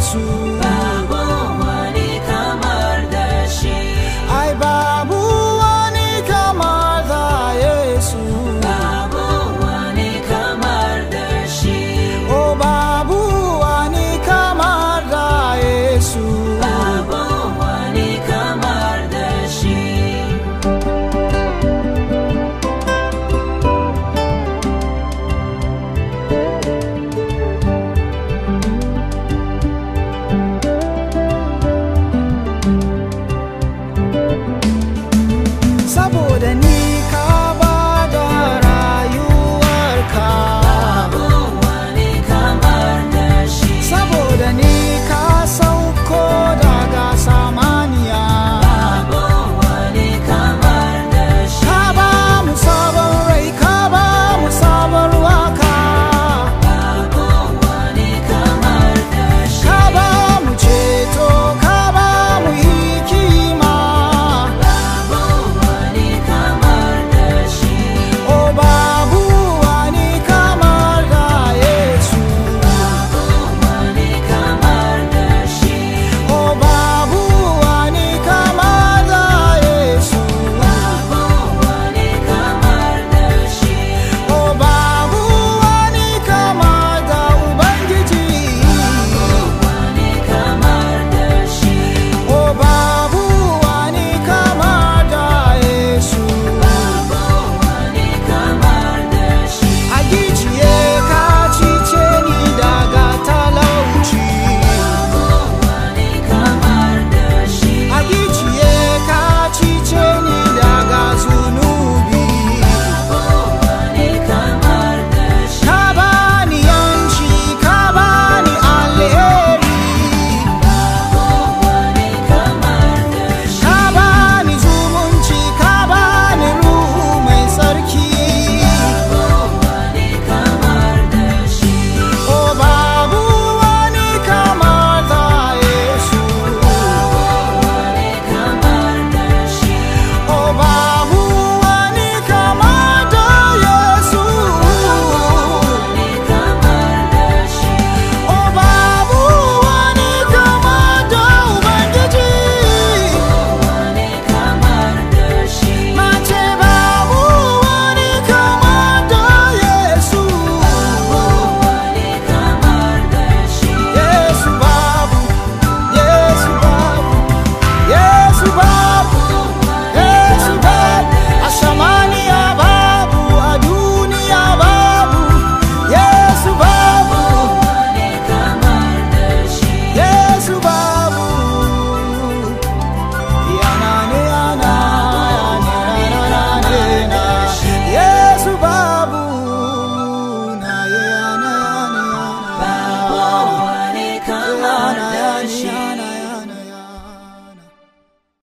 诉。